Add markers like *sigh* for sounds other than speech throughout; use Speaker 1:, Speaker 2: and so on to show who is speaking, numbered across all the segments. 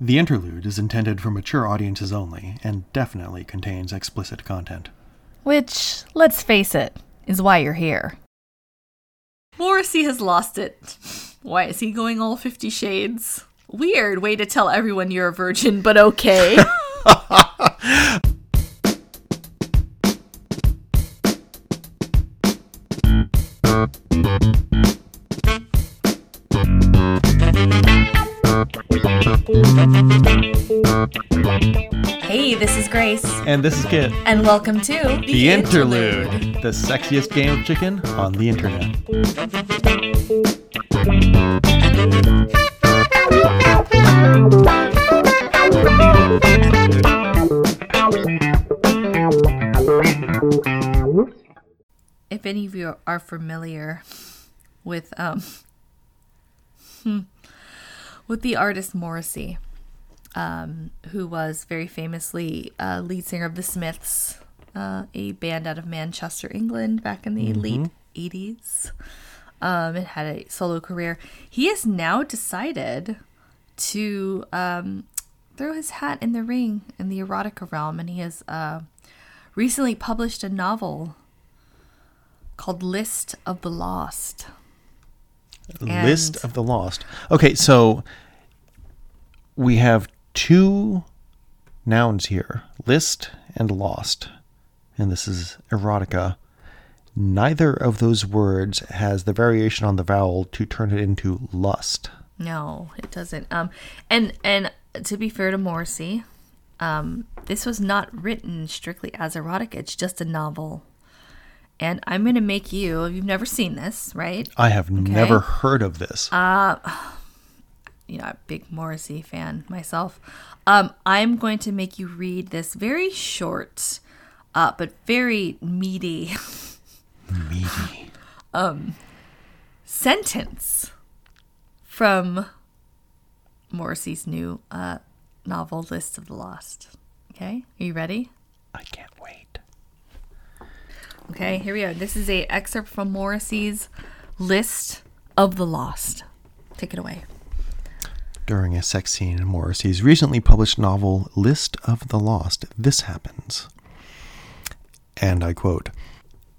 Speaker 1: The interlude is intended for mature audiences only and definitely contains explicit content.
Speaker 2: Which, let's face it, is why you're here.
Speaker 3: Morrissey has lost it. Why is he going all 50 shades? Weird way to tell everyone you're a virgin,
Speaker 2: *laughs*
Speaker 3: but okay. hey, this is Grace,
Speaker 4: And this is Kit.
Speaker 3: and welcome to The,
Speaker 4: The interlude. The sexiest game of chicken.
Speaker 1: On the internet.
Speaker 3: If any of you are familiar with um hmm, with the artist Morrissey, um, who was very famously uh, lead singer of the Smiths, uh, a band out of Manchester, England, back in the late eighties, um, and had a solo career. He has now decided to um, throw his hat in the ring in the erotica realm, and he has uh, recently published a novel called List of the Lost.
Speaker 1: List of the Lost. Okay, so we have two nouns here list and lost. And this is erotica. Neither of those words has the variation on the vowel to turn it into lust.
Speaker 3: No, it doesn't. Um, and and to be fair to Morrissey, um, this was not written strictly as erotic. It's just a novel. And I'm gonna make you. You've never seen this, right?
Speaker 1: I have never heard of this.
Speaker 3: You know, I'm a big Morrissey fan myself. Um, I'm going to make you read this very short, uh, but very meaty
Speaker 1: Meaty.
Speaker 3: sentence from Morrissey's new uh, novel, List of the Lost. Okay, are you ready?
Speaker 1: I can't wait.
Speaker 3: Okay, here we go. This is a excerpt from Morrissey's List of the Lost. Take it away.
Speaker 1: During a sex scene in Morrissey's recently published novel, List of the Lost, this happens. And I quote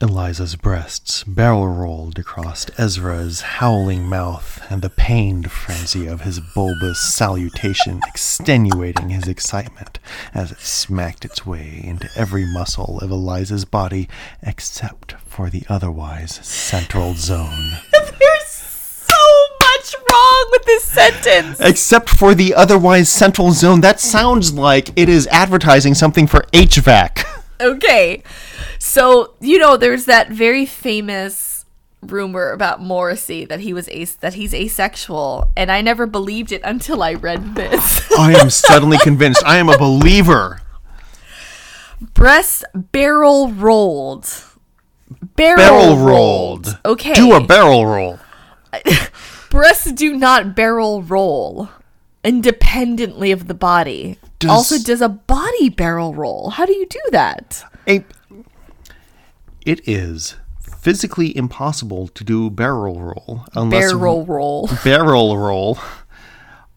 Speaker 1: Eliza's breasts barrel rolled across Ezra's howling mouth, and the pained frenzy of his bulbous salutation extenuating his excitement as it smacked its way into every muscle of Eliza's body except for the otherwise central zone.
Speaker 3: *laughs* There's so much wrong with this sentence.
Speaker 1: except for the otherwise central zone. That sounds like it is advertising something for HVAC.
Speaker 3: Okay, so you know there's that very famous rumor about Morrissey that he was as- that he's asexual, and I never believed it until I read this.
Speaker 1: *laughs*
Speaker 3: *laughs*
Speaker 1: I am suddenly convinced. I am a believer.
Speaker 3: Breast barrel rolled. Barrel,
Speaker 1: Barrel rolled.
Speaker 3: Oh. Okay.
Speaker 1: Do a barrel roll.
Speaker 3: breasts do not barrel roll independently of the body.
Speaker 1: Does-
Speaker 3: also, does a body barrel roll? How do you do that?
Speaker 1: A- it is physically impossible to do barrel roll unless
Speaker 3: Barrel
Speaker 1: *laughs*
Speaker 3: roll.
Speaker 1: barrel roll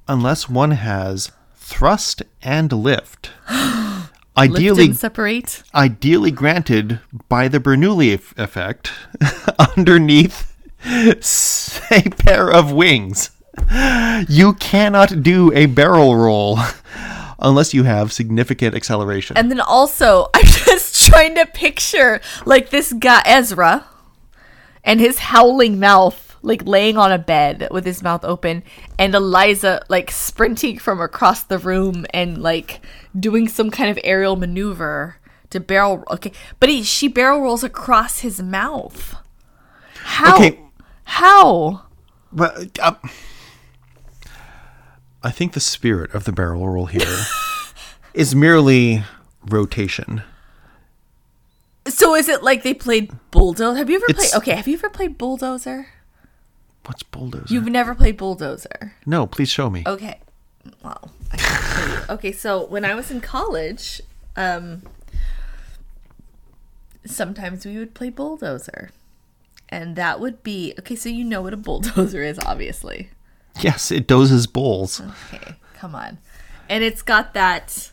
Speaker 1: unless one has thrust and lift.
Speaker 3: *gasps* Lift
Speaker 1: Ideally,
Speaker 3: and separate.
Speaker 1: ideally granted by the Bernoulli eff- effect *laughs* underneath s- a pair of wings. You cannot do a barrel roll *laughs* unless you have significant acceleration.
Speaker 3: And then also, *laughs* I'm just trying to picture like this guy Ezra and his howling mouth, like laying on a bed with his mouth open, and Eliza like sprinting from across the room and like doing some kind of aerial maneuver to barrel. Okay, but he, she barrel rolls across his mouth. How?
Speaker 1: Okay.
Speaker 3: How?
Speaker 1: but, uh, I think the spirit of the barrel roll here is merely rotation.
Speaker 3: So is it like they played bulldozer? Have you ever
Speaker 1: It's-
Speaker 3: played? Okay, have you ever played bulldozer?
Speaker 1: What's bulldozer?
Speaker 3: You've never played bulldozer.
Speaker 1: no, please show me.
Speaker 3: Okay. Well, I can't tell you. okay. So when I was in college, um, sometimes we would play bulldozer, and that would be okay. So you know what a bulldozer is, obviously.
Speaker 1: Yes, it dozes bowls.
Speaker 3: Okay, come on. and it's got that.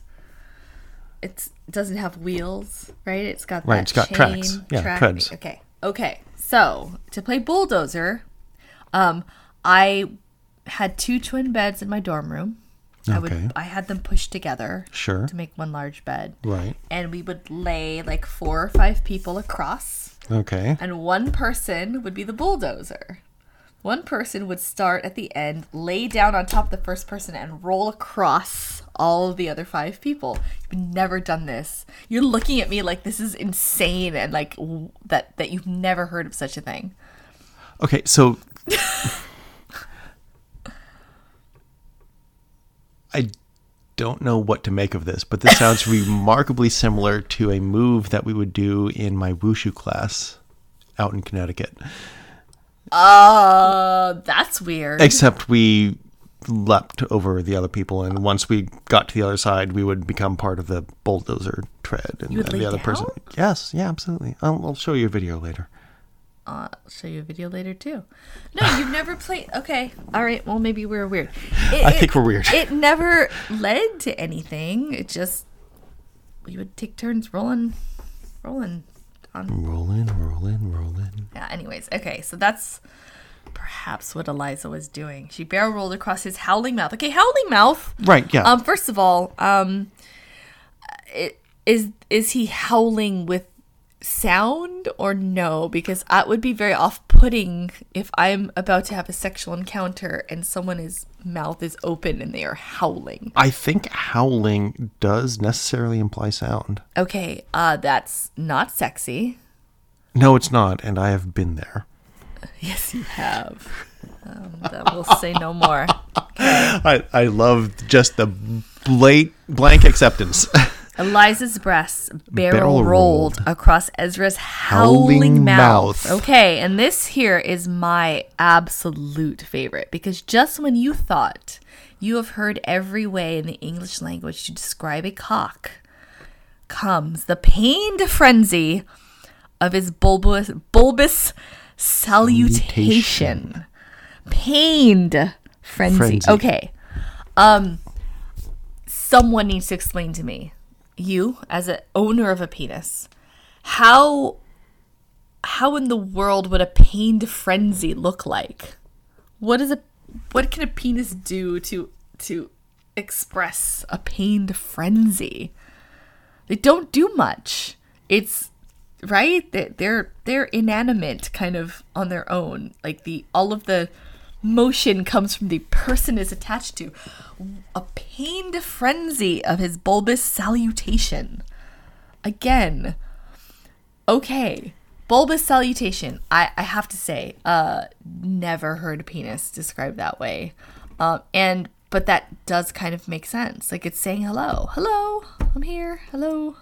Speaker 3: It doesn't have wheels, right? It's got
Speaker 1: Right,
Speaker 3: That
Speaker 1: it's got
Speaker 3: chain,
Speaker 1: tracks. Yeah,
Speaker 3: track-
Speaker 1: treads.
Speaker 3: Okay, okay. So to play bulldozer, um, I had two twin beds in my dorm room. I
Speaker 1: Okay.
Speaker 3: would I had them pushed together
Speaker 1: Sure.
Speaker 3: to make one large bed,
Speaker 1: Right.
Speaker 3: and we would lay like four or five people across
Speaker 1: Okay.
Speaker 3: and one person would be the bulldozer. One person would start at the end, lay down on top of the first person, and roll across all of the other five people. You've never done this. You're looking at me like this is insane, and like w- that that you've never heard of such a thing.
Speaker 1: Okay, so I don't know what to make of this, but this *laughs* sounds remarkably similar to a move that we would do in my wushu class out in Connecticut.
Speaker 3: Uh, that's weird.
Speaker 1: Except we leapt over the other people, and once we got to the other side, we would become part of the bulldozer tread, and,
Speaker 3: would
Speaker 1: and the
Speaker 3: lay
Speaker 1: other person. Yes, yeah, absolutely. I'll, I'll show you a video later.
Speaker 3: I'll show you a video later too. No, you've never played. Okay, all right. Well, maybe we're weird. It-
Speaker 1: I
Speaker 3: it-
Speaker 1: think we're weird.
Speaker 3: *laughs* It never led to anything. It just we would take turns rolling, rolling on.
Speaker 1: Rolling, rolling, rolling.
Speaker 3: Yeah. Anyways, okay. So that's perhaps what Eliza was doing. She barrel rolled across his howling mouth. Okay, howling mouth.
Speaker 1: Right, yeah.
Speaker 3: Um. First of all, um, i- is is he howling with sound or no? Because that would be very off-putting if I'm about to have a sexual encounter and someone's mouth is open and they are howling.
Speaker 1: I think howling does necessarily imply sound.
Speaker 3: Okay, uh, that's not sexy. *laughs*
Speaker 1: No, it's not, and I have been there.
Speaker 3: Yes, you have. Um, that will say
Speaker 1: *laughs*
Speaker 3: no more.
Speaker 1: I, I love just the late blank acceptance. *laughs*
Speaker 3: Eliza's breasts barrel,
Speaker 1: Barrel
Speaker 3: rolled,
Speaker 1: rolled.
Speaker 3: across Ezra's howling,
Speaker 1: Howling
Speaker 3: mouth.
Speaker 1: mouth.
Speaker 3: Okay, and this here is my absolute favorite because just when you thought you have heard every way in the English language to describe a cock, comes the pained frenzy of his bulbous, bulbous salutation. Pained frenzy.
Speaker 1: Frenzy.
Speaker 3: Okay. Um someone needs to explain to me, you as an owner of a penis, how how in the world would a pained frenzy look like? What is a what can a penis do to to express a pained frenzy? They don't do much. It's right They- they're they're inanimate kind of on their own like the all of the motion comes from the person is attached to a pained frenzy of his bulbous salutation again okay bulbous salutation i i have to say uh never heard penis described that way um and but that does kind of make sense like it's saying hello hello i'm here hello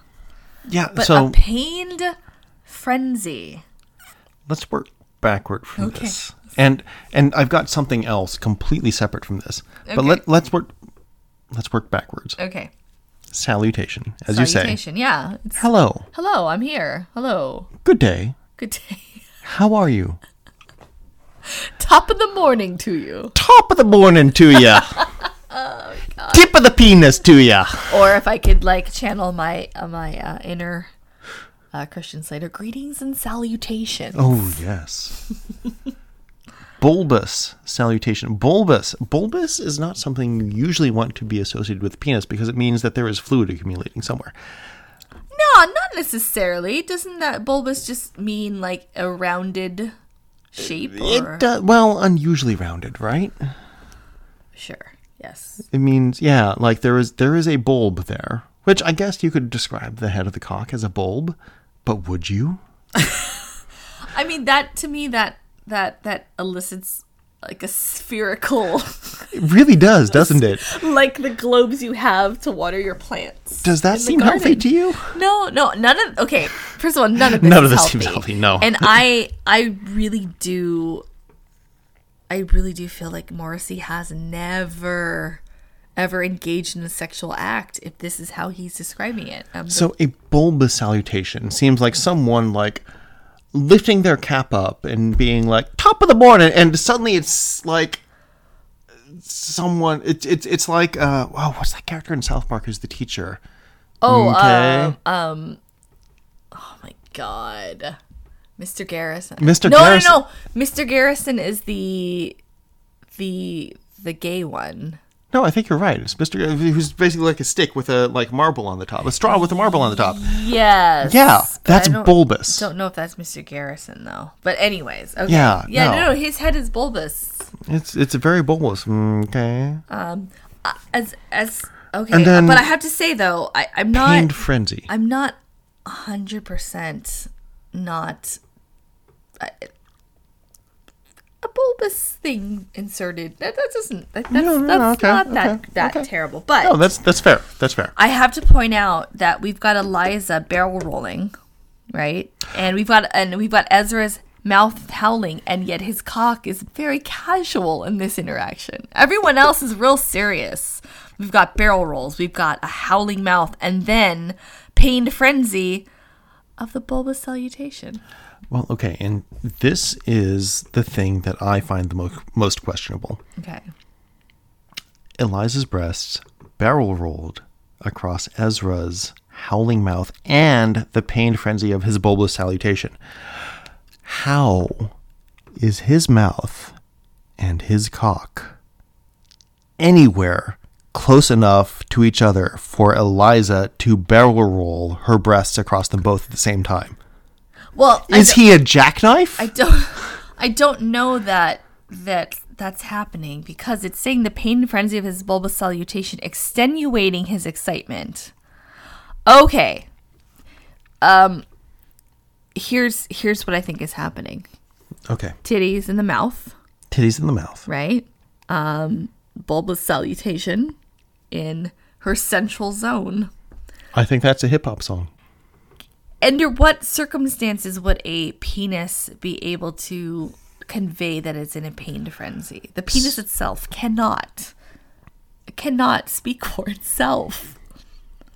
Speaker 1: yeah,
Speaker 3: but
Speaker 1: so
Speaker 3: a pained frenzy.
Speaker 1: let's work backward from this. And and I've got something else completely separate from this. But let let's work let's work backwards.
Speaker 3: Okay.
Speaker 1: Salutation, as you say.
Speaker 3: Salutation. Yeah. It's,
Speaker 1: Hello.
Speaker 3: hello, I'm here. Hello.
Speaker 1: Good day.
Speaker 3: Good day. *laughs*
Speaker 1: How are you?
Speaker 3: Top of the morning to you.
Speaker 1: Top of the morning to
Speaker 3: *laughs*
Speaker 1: ya.
Speaker 3: Oh,
Speaker 1: Tip of the penis to ya.
Speaker 3: Or if I could like channel my uh, my uh, inner uh, Christian Slater greetings and salutations.
Speaker 1: Oh yes. bulbous salutation. Bulbous. Bulbous is not something you usually want to be associated with penis because it means that there is fluid accumulating somewhere.
Speaker 3: No, not necessarily. Doesn't that bulbous just mean like a rounded shape or
Speaker 1: It does, well, unusually rounded, right?
Speaker 3: sure. Yes.
Speaker 1: It means yeah, like there is there is a bulb there, which I guess you could describe the head of the cock as a bulb, but would you?
Speaker 3: I mean that to me that that that elicits like a spherical *laughs*
Speaker 1: It really does, doesn't it?
Speaker 3: like the globes you have to water your plants.
Speaker 1: Does that
Speaker 3: in the
Speaker 1: seem healthy
Speaker 3: garden.
Speaker 1: to you?
Speaker 3: No, no, none of. Okay, first of all, none of this
Speaker 1: None of
Speaker 3: is
Speaker 1: this
Speaker 3: healthy.
Speaker 1: seems healthy, no.
Speaker 3: and I, I really do, I really do feel like Morrissey has never, ever engaged in a sexual act. If this is how he's describing it, um,
Speaker 1: So a bulbous salutation seems like someone like lifting their cap up and being like top of the morning, and suddenly it's like someone. It's it's it's like uh, wow, what's that character in South Park who's the teacher?
Speaker 3: Oh,
Speaker 1: Okay.
Speaker 3: um, um, oh my god, Mr. Garrison.
Speaker 1: Mr.
Speaker 3: No,
Speaker 1: Garrison.
Speaker 3: no, no. Mr. Garrison is the the the gay one.
Speaker 1: No, I think you're right. It's Mister uh, who's basically like a stick with a like marble on the top, a straw with a marble on the top.
Speaker 3: Yes.
Speaker 1: Yeah,
Speaker 3: but I
Speaker 1: that's
Speaker 3: don't-
Speaker 1: bulbous.
Speaker 3: Don't know if that's Mr. Garrison though. But anyways, okay.
Speaker 1: Yeah,
Speaker 3: Yeah.
Speaker 1: no.
Speaker 3: No. no, his head is bulbous.
Speaker 1: It's it's very bulbous. Mm, Okay,
Speaker 3: Uh, as as okay.
Speaker 1: And then-
Speaker 3: but I have to say though, I I'm not
Speaker 1: pained frenzy.
Speaker 3: I'm not 100% not I- a bulbous thing inserted. That, that doesn't, that, that's,
Speaker 1: No, no, no,
Speaker 3: that's
Speaker 1: okay,
Speaker 3: not that,
Speaker 1: okay,
Speaker 3: that
Speaker 1: okay.
Speaker 3: terrible. But
Speaker 1: no, that's that's fair. That's fair.
Speaker 3: I have to point out that we've got Eliza barrel rolling, right? And we've got, and we've got Ezra's mouth howling and yet his cock is very casual in this interaction everyone else is real serious we've got barrel rolls we've got a howling mouth and then pained frenzy of the bulbous salutation
Speaker 1: Well, okay, and this is the thing that I find the most most questionable.
Speaker 3: okay
Speaker 1: Eliza's breasts barrel rolled across Ezra's howling mouth and the pained frenzy of his bulbous salutation. How is his mouth and his cock anywhere close enough to each other for Eliza to barrel roll her breasts across them both at the same time?
Speaker 3: well I
Speaker 1: Is
Speaker 3: don't-
Speaker 1: he a jackknife?
Speaker 3: I don't I don't know that that that's happening because it's saying the pain and frenzy of his bulbous salutation extenuating his excitement. Okay. Um here's here's what I think is happening.
Speaker 1: okay.
Speaker 3: Titties in the mouth,
Speaker 1: Titties in the mouth.
Speaker 3: right? Um bulbous salutation in her central zone.
Speaker 1: I think that's a hip hop song.
Speaker 3: Under what circumstances would a penis be able to convey that it's in a pained frenzy? The penis itself cannot cannot speak *laughs* for itself.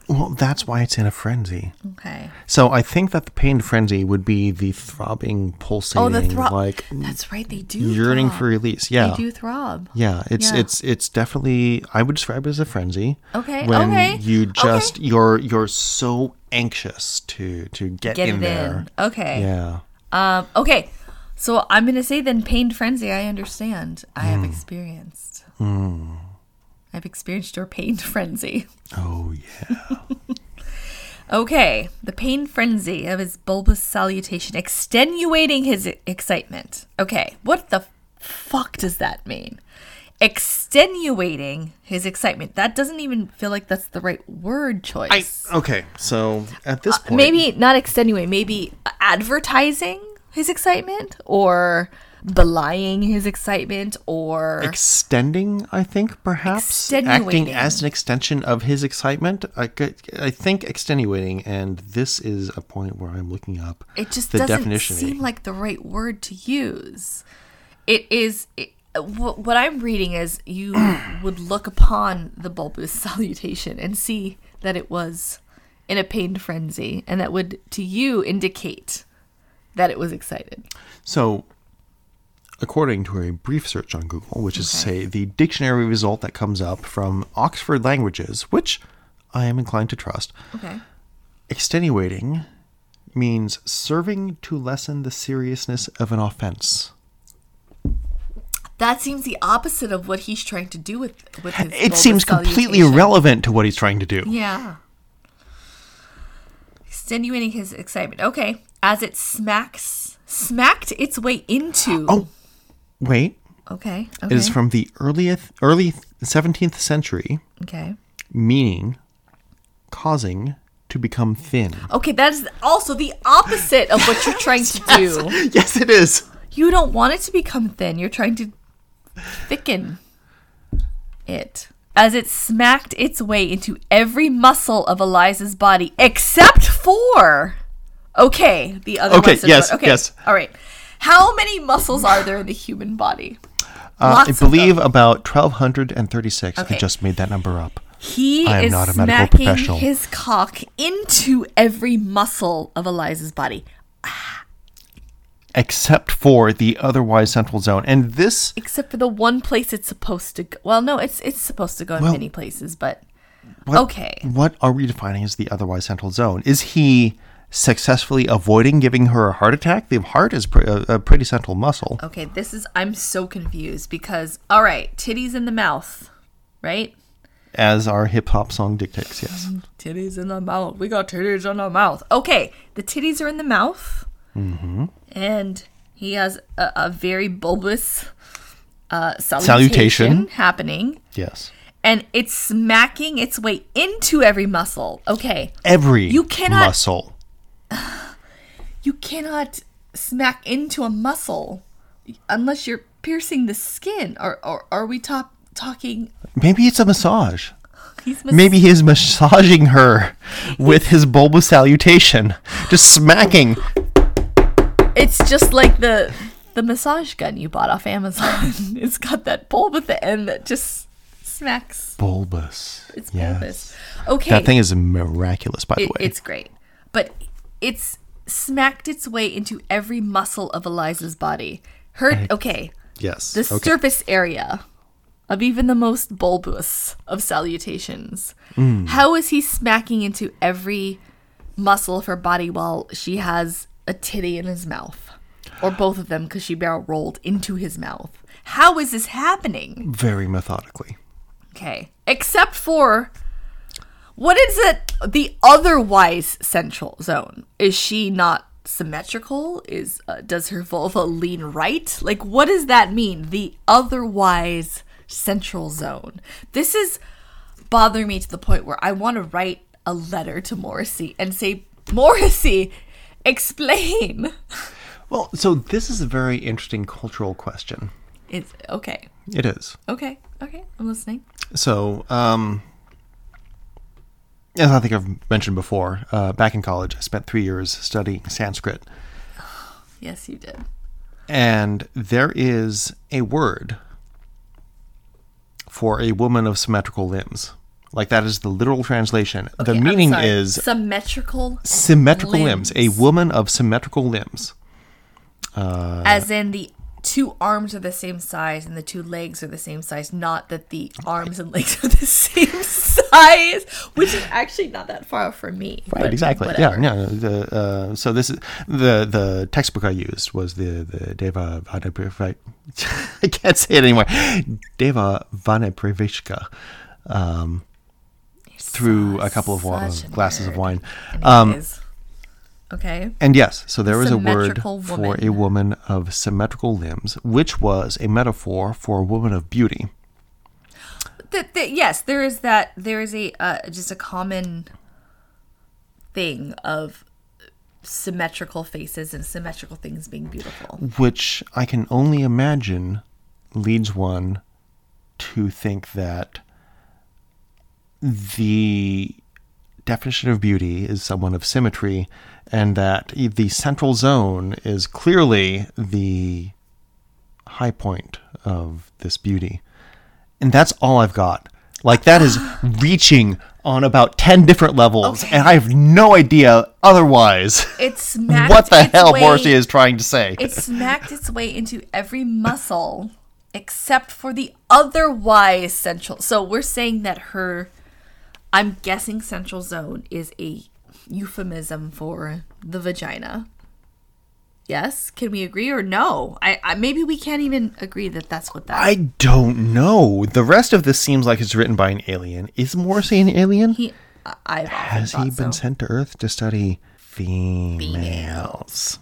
Speaker 1: Well, that's why it's in a frenzy.
Speaker 3: Okay.
Speaker 1: So I think that the pain frenzy would be the throbbing, pulsating,
Speaker 3: Oh, the throb.
Speaker 1: like
Speaker 3: That's right. They do
Speaker 1: yearning
Speaker 3: throb.
Speaker 1: for release. Yeah,
Speaker 3: They do throb.
Speaker 1: yeah. It's
Speaker 3: Yeah.
Speaker 1: it's it's definitely I would describe it as a frenzy.
Speaker 3: Okay,
Speaker 1: When
Speaker 3: okay,
Speaker 1: you
Speaker 3: okay.
Speaker 1: just you're you're so anxious to to get,
Speaker 3: Get
Speaker 1: in
Speaker 3: it
Speaker 1: there.
Speaker 3: in. Okay.
Speaker 1: Yeah.
Speaker 3: Um. Okay. So I'm gonna say then pained frenzy. I understand. I
Speaker 1: Hmm.
Speaker 3: have experienced. I've experienced your pained *laughs* frenzy.
Speaker 1: Oh yeah.
Speaker 3: Okay, the pain frenzy of his bulbous salutation extenuating his e-, excitement. Okay, what the fuck does that mean? Extenuating his excitement. That doesn't even feel like that's the right word
Speaker 1: I
Speaker 3: choice.
Speaker 1: okay. So at this point,
Speaker 3: Uh, maybe not extenuate, maybe advertising his excitement or belying his excitement or
Speaker 1: extending i think perhaps acting
Speaker 3: Extenuating.
Speaker 1: as an extension of his excitement I, g- I think extenuating and this is a point where i'm looking up
Speaker 3: it just
Speaker 1: the
Speaker 3: doesn't
Speaker 1: definition
Speaker 3: seem like the right word to use it is it, wh- what i'm reading is
Speaker 1: *clears throat*
Speaker 3: you would look upon the bulbous *laughs* salutation and see that it was in a pained frenzy and that would to you indicate that it was excited
Speaker 1: so according to a brief search on google which is to say the dictionary result that comes up from oxford languages which i am inclined to trust
Speaker 3: okay
Speaker 1: extenuating means serving to lessen the seriousness of an offense
Speaker 3: that seems the opposite of what he's trying to do with with his
Speaker 1: it
Speaker 3: bulbous
Speaker 1: seems completely
Speaker 3: salutation.
Speaker 1: irrelevant to what he's trying to do
Speaker 3: Yeah. Extenuating his excitement. Okay. As it smacks, smacked its way into.
Speaker 1: *gasps* Oh. wait
Speaker 3: Okay. Okay.
Speaker 1: It is from the earliest, early 17th century,
Speaker 3: okay.
Speaker 1: meaning causing to become
Speaker 3: *gasps*
Speaker 1: thin.
Speaker 3: Okay, that is also the opposite of what you're trying to do.
Speaker 1: *laughs* Yes, it is.
Speaker 3: You don't want it to become thin. You're trying to thicken it. As it smacked its way into every muscle of Eliza's body except for. Okay, the other
Speaker 1: Okay,
Speaker 3: ones are
Speaker 1: yes,
Speaker 3: good. Okay,
Speaker 1: yes.
Speaker 3: All right. How many muscles are there in the human body?
Speaker 1: Uh,
Speaker 3: Lots
Speaker 1: I
Speaker 3: of them.
Speaker 1: believe about 1,236. I
Speaker 3: Okay.
Speaker 1: just made that number up.
Speaker 3: He
Speaker 1: I am
Speaker 3: is
Speaker 1: not a medical
Speaker 3: smacking
Speaker 1: professional.
Speaker 3: his cock into every muscle of Eliza's body.
Speaker 1: except for the otherwise central zone. And this
Speaker 3: Except for the one place it's supposed to go. Well, no, it's it's supposed to go in
Speaker 1: Well-
Speaker 3: many places, but
Speaker 1: What-
Speaker 3: Okay.
Speaker 1: What are we defining as the otherwise central zone? Is he successfully avoiding giving her a heart attack? The heart is pre- a, a pretty central muscle.
Speaker 3: okay, this is I'm so confused because all right, titties in the mouth, right?
Speaker 1: as our hip hop song dictates. Yes,
Speaker 3: Mm-hmm. Titties in the mouth. We got titties in the mouth. Okay, the titties are in the mouth. Mm-hmm. And he has a, a very bulbous uh, salutation,
Speaker 1: Salutation.
Speaker 3: happening.
Speaker 1: yes.
Speaker 3: And it's smacking its way into every muscle. Okay,
Speaker 1: Every
Speaker 3: You cannot-
Speaker 1: muscle.
Speaker 3: you cannot smack into a muscle unless you're piercing the skin. Or, or are we top, talking?
Speaker 1: Maybe it's a massage.
Speaker 3: He's mas-
Speaker 1: Maybe he's massaging her with his bulbous salutation, just smacking.
Speaker 3: It's just like the the massage gun you bought off Amazon. *laughs* it's got that bulb at the end that just smacks.
Speaker 1: Bulbous.
Speaker 3: It's
Speaker 1: Yes.
Speaker 3: bulbous. Okay,
Speaker 1: That thing is miraculous, by the
Speaker 3: it-
Speaker 1: way.
Speaker 3: it's great, but it's smacked its way into every muscle of Eliza's body. Her okay,
Speaker 1: yes.
Speaker 3: the
Speaker 1: okay.
Speaker 3: surface area of even the most bulbous of salutations. How is he smacking into every muscle of her body while she has a titty in his mouth? Or both of them because she barrel rolled into his mouth. How is this happening?
Speaker 1: Very methodically.
Speaker 3: Okay. Except for what is it? The otherwise central zone. Is she not symmetrical? Is uh, does her vulva lean right? Like what does that mean? The otherwise central zone. This is bothering me to the point where I want to write a letter to Morrissey and say, Morrissey, explain.
Speaker 1: Well, so this is a very interesting cultural question.
Speaker 3: It's okay.
Speaker 1: It is.
Speaker 3: Okay. Okay. I'm listening.
Speaker 1: So, um, as I think I've mentioned before, uh, back in college, I spent three years studying Sanskrit.
Speaker 3: Yes, you did.
Speaker 1: And there is a word for a woman of symmetrical limbs. Like that is the literal translation. the
Speaker 3: Okay, I'm
Speaker 1: meaning
Speaker 3: sorry.
Speaker 1: is
Speaker 3: symmetrical
Speaker 1: symmetrical limbs.
Speaker 3: limbs.
Speaker 1: A woman of symmetrical limbs. Uh.
Speaker 3: as in the two arms are the same size and the two legs are the same size not that the arms and legs are the *laughs* same size which is actually not that far from me
Speaker 1: Right,
Speaker 3: but
Speaker 1: exactly.
Speaker 3: whatever.
Speaker 1: *laughs* Yeah, yeah. The, uh, so this is the the textbook I used was the the Deva Vanaprivishka. *laughs* I can't say it anymore. Deva Vanaprivishka. Um, through a couple of wa-
Speaker 3: such a
Speaker 1: glasses of
Speaker 3: nerd.
Speaker 1: wine. Um,
Speaker 3: Anyways. okay
Speaker 1: And yes, so there was a word
Speaker 3: Symmetrical
Speaker 1: for
Speaker 3: woman.
Speaker 1: a woman of symmetrical limbs, which was a metaphor for a woman of beauty.
Speaker 3: Th th yes there is that there is a uh, just a common thing of symmetrical faces and symmetrical things being beautiful
Speaker 1: which I can only imagine leads one to think that the definition of beauty is someone of symmetry and that the central zone is clearly the high point of this beauty. And that's all I've got. Like that
Speaker 3: *gasps*
Speaker 1: is reaching on about 10 different levels and I have no idea otherwise
Speaker 3: it's smacked
Speaker 1: what the
Speaker 3: its
Speaker 1: hell
Speaker 3: way-
Speaker 1: Morrissey is trying to say.
Speaker 3: It smacked its way into every muscle except for the otherwise central. So we're saying that her, I'm guessing central zone is a euphemism for the vagina. Yes, can we agree or no? I, I maybe we can't even agree that that's what that.
Speaker 1: I don't know. The rest of this seems like it's written by an alien. Is Morrissey an alien?
Speaker 3: he, I- I've often
Speaker 1: Has he
Speaker 3: thought
Speaker 1: been
Speaker 3: so.
Speaker 1: sent to Earth to study females?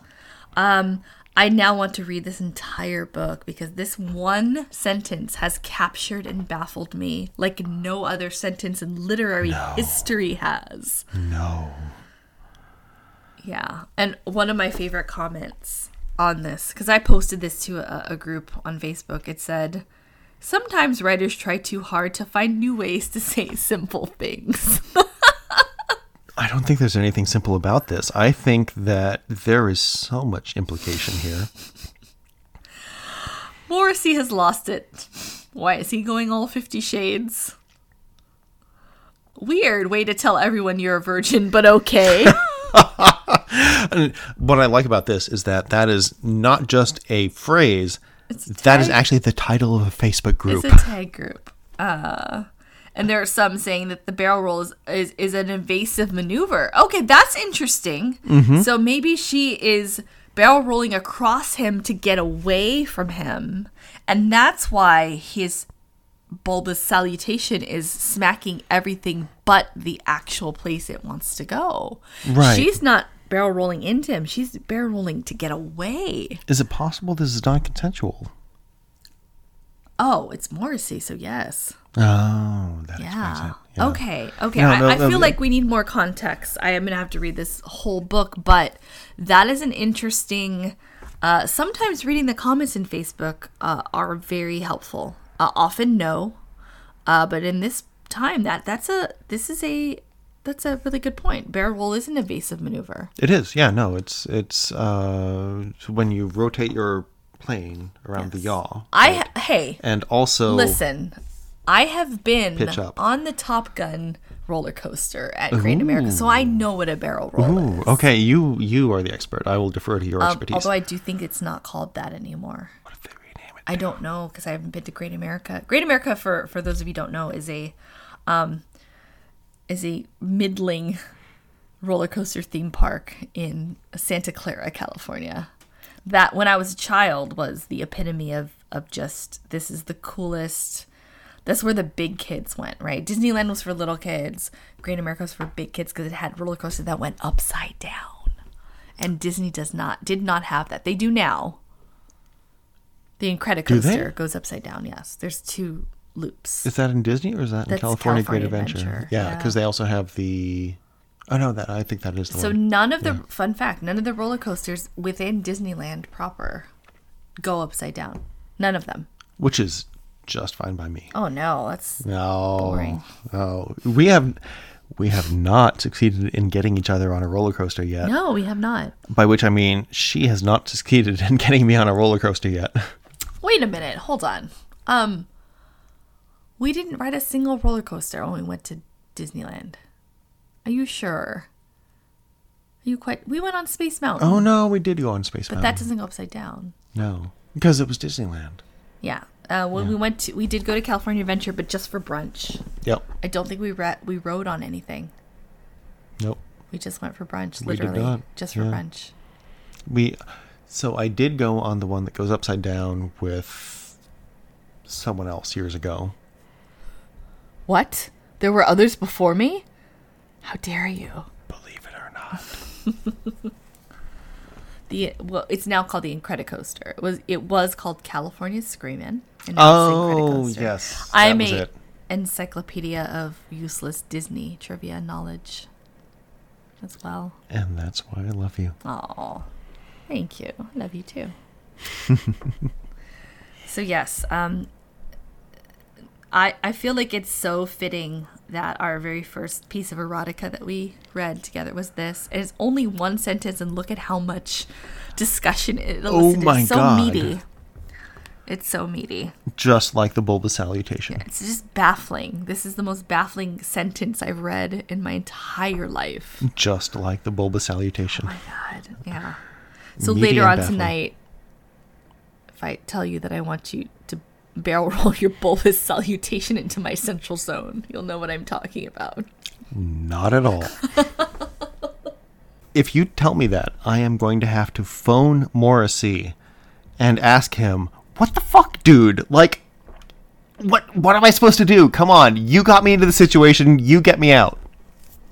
Speaker 3: Um, I now want to read this entire book because this one sentence has captured and baffled me like no other sentence in literary history has.
Speaker 1: No.
Speaker 3: Yeah. And one of my favorite comments on this, because I posted this to a, a group on Facebook, it said, Sometimes writers try too hard to find new ways to say simple things.
Speaker 1: I don't think there's anything simple about this. I think that there is so much implication here. *laughs*
Speaker 3: Morrissey has lost it. Why is he going all 50 shades? Weird way to tell everyone you're a virgin, but okay.
Speaker 1: And what I like about this is that that is not just a phrase. that is
Speaker 3: tag.
Speaker 1: actually the title of a Facebook group.
Speaker 3: It's a tag group. Uh, and there are some saying that the barrel roll is, is, is an evasive maneuver. Okay, that's interesting. So maybe she is barrel rolling across him to get away from him. And that's why his bulbous salutation is smacking everything but the actual place it wants to go.
Speaker 1: Right.
Speaker 3: She's not barrel rolling into him, she's barrel rolling to get away.
Speaker 1: Is it possible this is non consensual?
Speaker 3: Oh, it's Morrissey, so yes.
Speaker 1: Oh, that explains
Speaker 3: Yeah.
Speaker 1: it. Yeah.
Speaker 3: Okay. Okay.
Speaker 1: No,
Speaker 3: I,
Speaker 1: no,
Speaker 3: I
Speaker 1: no,
Speaker 3: feel
Speaker 1: no.
Speaker 3: like we need more context. I am gonna have to read this whole book, but that is an interesting. Uh, sometimes reading the comments in Facebook uh, are very helpful. Uh, often no, uh, but in this time that that's a this is a that's a really good point. Bear roll is an evasive maneuver.
Speaker 1: It is. Yeah, no, it's it's uh, when you rotate your plane around the yaw.
Speaker 3: I ha- hey
Speaker 1: And also,
Speaker 3: listen, I have been
Speaker 1: Pitch up.
Speaker 3: on the Top Gun roller coaster at Great America, so I know what a barrel roll is.
Speaker 1: Ooh, okay, you you are the expert. I will defer to your
Speaker 3: Um,
Speaker 1: expertise.
Speaker 3: although I do think it's not called that anymore.
Speaker 1: What if they rename it?
Speaker 3: I don't know because I haven't been to Great America. Great America, for for those of you who don't know, is a um, is a middling *laughs* roller coaster theme park in Santa Clara, California. That when I was a child was the epitome of of just this is the coolest. That's where the big kids went, right? Disneyland was for little kids. Great America was for big kids because it had roller coaster that went upside down, and Disney does not did not have that. They do now.
Speaker 1: Do
Speaker 3: The
Speaker 1: they?
Speaker 3: Incredicoaster goes upside down. Yes, there's two loops.
Speaker 1: Is that in Disney or is that in
Speaker 3: That's
Speaker 1: California, Great
Speaker 3: California
Speaker 1: Adventure?
Speaker 3: Adventure,
Speaker 1: Yeah,
Speaker 3: yeah.
Speaker 1: because they also have the. Oh no, that I think that is the
Speaker 3: So
Speaker 1: one.
Speaker 3: none of the fun fact, none of the roller coasters within Disneyland proper go upside down. None of them.
Speaker 1: which is just fine by me.
Speaker 3: Oh no, that's
Speaker 1: No,
Speaker 3: Boring.
Speaker 1: no, we have we have not succeeded in getting each other on a roller coaster yet.
Speaker 3: no, we have not.
Speaker 1: By which I mean she has not succeeded *laughs* in getting me on a roller coaster yet.
Speaker 3: Wait a minute, hold on. Um we didn't ride a single roller coaster when we went to Disneyland. Are you sure? Are you quite we went on Space Mountain.
Speaker 1: Oh no, we did go on Space
Speaker 3: but that
Speaker 1: Mountain.
Speaker 3: doesn't go upside down.
Speaker 1: no, because it was Disneyland.
Speaker 3: Yeah. Uh, when we went to, we did go to California Adventure, but just for brunch.
Speaker 1: Yep.
Speaker 3: I don't think we ra- we rode on anything.
Speaker 1: Nope.
Speaker 3: We just went for brunch,
Speaker 1: We did
Speaker 3: literally,
Speaker 1: not,
Speaker 3: just for
Speaker 1: yeah.
Speaker 3: brunch.
Speaker 1: We. So I did go on the one that goes upside down with someone else years ago.
Speaker 3: What? There were others before me? How dare you?
Speaker 1: Believe it or not.
Speaker 3: The well, it's now called the Incredicoaster. It was it was called California Screamin'. and now
Speaker 1: Oh
Speaker 3: it's the Incredicoaster.
Speaker 1: yes,
Speaker 3: I'm
Speaker 1: that was
Speaker 3: a
Speaker 1: it.
Speaker 3: encyclopedia of useless Disney trivia knowledge, as well.
Speaker 1: And that's why I love you.
Speaker 3: Oh, thank you. I love
Speaker 1: *laughs*
Speaker 3: you too. so yes, um, I I feel like it's so fitting that our very first piece of erotica that we read together was this. It is only one sentence, and look at how much discussion it elicited.
Speaker 1: Oh my
Speaker 3: it's so
Speaker 1: God.
Speaker 3: meaty. It's so meaty.
Speaker 1: Just like the bulbous salutation.
Speaker 3: It's just baffling. This is the most baffling sentence I've read in my entire life.
Speaker 1: Just like the bulbous salutation.
Speaker 3: God, yeah. So
Speaker 1: Meaty
Speaker 3: later
Speaker 1: and
Speaker 3: on
Speaker 1: baffling.
Speaker 3: tonight, if I tell you that I want you to barrel *laughs* roll your bulbous salutation into my central zone, you'll know what I'm talking about.
Speaker 1: Not at all. if you tell me that, I am going to have to phone Morrissey and ask him, "What the fuck, dude? Like what what am I supposed to do? Come on. You got me into the situation. You get me out."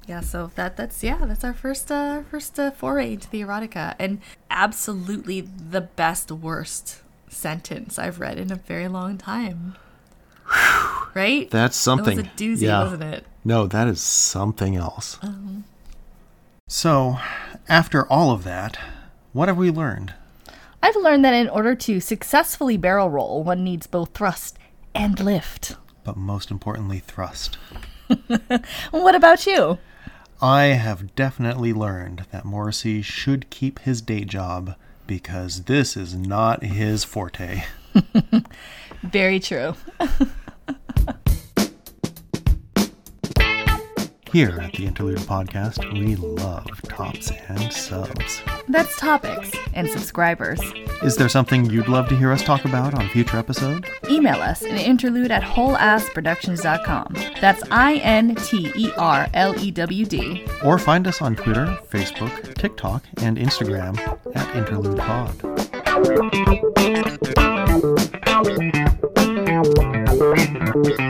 Speaker 3: Yeah, so that that's yeah, that's our first uh first uh, foray into the erotica and absolutely the best worst sentence I've read in a very long time. Right?
Speaker 1: That's something.
Speaker 3: That was a doozy,
Speaker 1: Yeah.
Speaker 3: wasn't it? Uh-huh.
Speaker 1: No, that is something else. So, after all of that, what have we learned?
Speaker 2: I've learned that in order to successfully barrel roll, one needs both thrust and lift.
Speaker 1: But most importantly, thrust.
Speaker 2: What about you?
Speaker 1: I have definitely learned that Morrissey should keep his day job because this is not his forte.
Speaker 2: Very true.
Speaker 1: Here at the Interlude Podcast, we love tops and subs.
Speaker 3: That's topics and subscribers.
Speaker 1: Is there something you'd love to hear us talk about on a future episode?
Speaker 3: Email us at interlude at wholeassproductions.com. That's I N T E R L E W D.
Speaker 1: Or find us on Twitter, Facebook, TikTok, and Instagram at Interlude Pod.
Speaker 5: Thank you.